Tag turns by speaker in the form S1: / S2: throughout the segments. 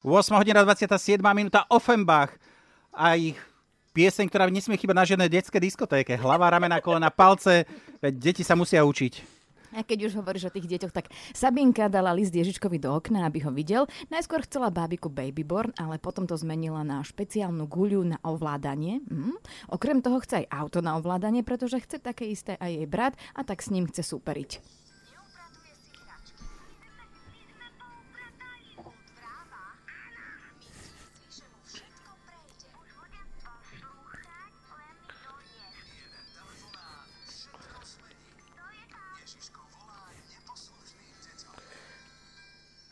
S1: 8 hodina 27 minúta Offenbach a ich pieseň, ktorá nesmie chýbať na žiadnej detskej diskotéke. Hlava, ramena, kolena, palce. Veď deti sa musia učiť.
S2: A keď už hovoríš o tých deťoch, tak Sabinka dala list Ježičkovi do okna, aby ho videl. Najskôr chcela bábiku Babyborn, ale potom to zmenila na špeciálnu guľu na ovládanie. Hm? Okrem toho chce aj auto na ovládanie, pretože chce také isté aj jej brat a tak s ním chce súperiť.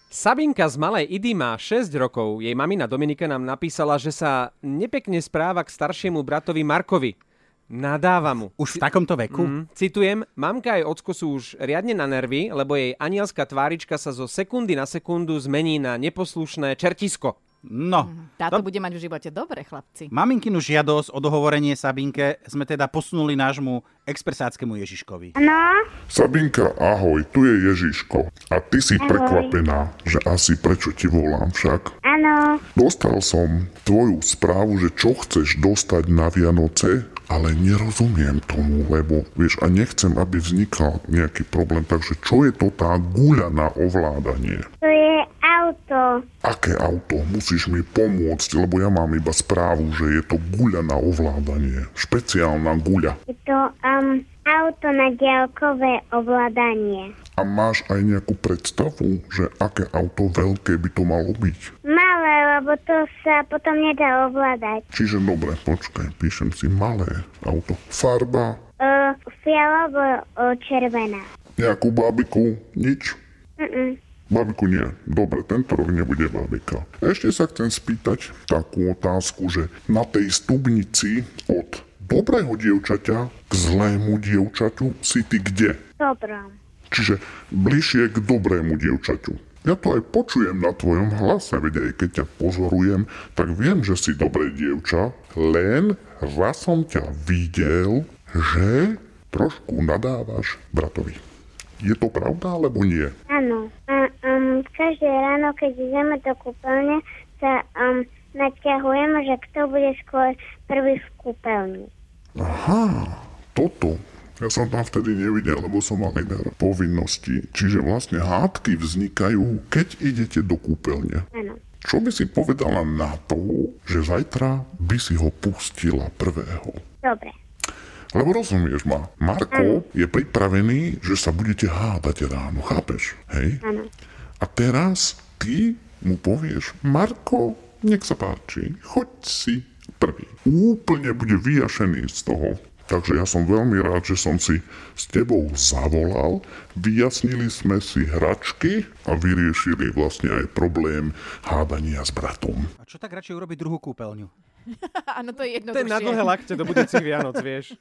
S3: Sabinka z malej Idy má 6 rokov. Jej mamina Dominika nám napísala, že sa nepekne správa k staršiemu bratovi Markovi. Nadáva mu.
S1: Už v takomto veku? Mm.
S3: Mm, citujem, mamka aj ocko sú už riadne na nervy, lebo jej anielská tvárička sa zo sekundy na sekundu zmení na neposlušné čertisko.
S1: No.
S2: Táto bude mať v živote dobre, chlapci.
S1: Maminkinu žiadosť o dohovorenie Sabinke sme teda posunuli nášmu expresáckému Ježiškovi.
S4: Sabinka, ahoj, tu je Ježiško. A ty si prekvapená, že asi prečo ti volám však.
S5: Áno,
S4: Dostal som tvoju správu, že čo chceš dostať na Vianoce, ale nerozumiem tomu, lebo vieš, a nechcem, aby vznikal nejaký problém, takže čo je to tá guľa na ovládanie?
S5: to je auto.
S4: Aké auto? Musíš mi pomôcť, lebo ja mám iba správu, že je to guľa na ovládanie. Špeciálna guľa.
S5: Je to um, auto na diaľkové ovládanie.
S4: A máš aj nejakú predstavu, že aké auto veľké by to malo byť?
S5: Malé, lebo to sa potom nedá ovládať.
S4: Čiže dobre, počkaj, píšem si malé auto. Farba,
S5: Uh, fialovo uh, červená.
S4: nejakú babiku, nič.
S5: Mm-mm.
S4: Babiku nie. Dobre, tento rok nebude babika. Ešte sa chcem spýtať takú otázku, že na tej stubnici od dobrého dievčaťa k zlému dievčaťu si ty kde?
S5: Dobrom.
S4: Čiže bližšie k dobrému dievčaťu. Ja to aj počujem na tvojom hlase, veď aj keď ťa pozorujem, tak viem, že si dobré dievča, len raz som ťa videl, že trošku nadávaš bratovi. Je to pravda, alebo nie?
S5: Áno. A, um, každé ráno, keď ideme do kúpeľne, sa um, naťahujeme, že kto bude skôr prvý v kúpeľni.
S4: Aha, toto. Ja som tam vtedy nevidel, lebo som mal iné povinnosti. Čiže vlastne hádky vznikajú, keď idete do kúpeľne.
S5: Áno.
S4: Čo by si povedala na to, že zajtra by si ho pustila prvého?
S5: Dobre.
S4: Lebo rozumieš ma, Marko je pripravený, že sa budete hádať ráno, chápeš? Hej?
S5: Áno.
S4: A teraz ty mu povieš, Marko, nech sa páči, choď si prvý. Úplne bude vyjašený z toho. Takže ja som veľmi rád, že som si s tebou zavolal, vyjasnili sme si hračky a vyriešili vlastne aj problém hádania s bratom.
S1: A čo tak radšej urobiť druhú kúpeľňu?
S2: Áno, to je
S3: To je na dlhé
S2: jednoduchšie.
S3: lakte do budúcich Vianoc, vieš.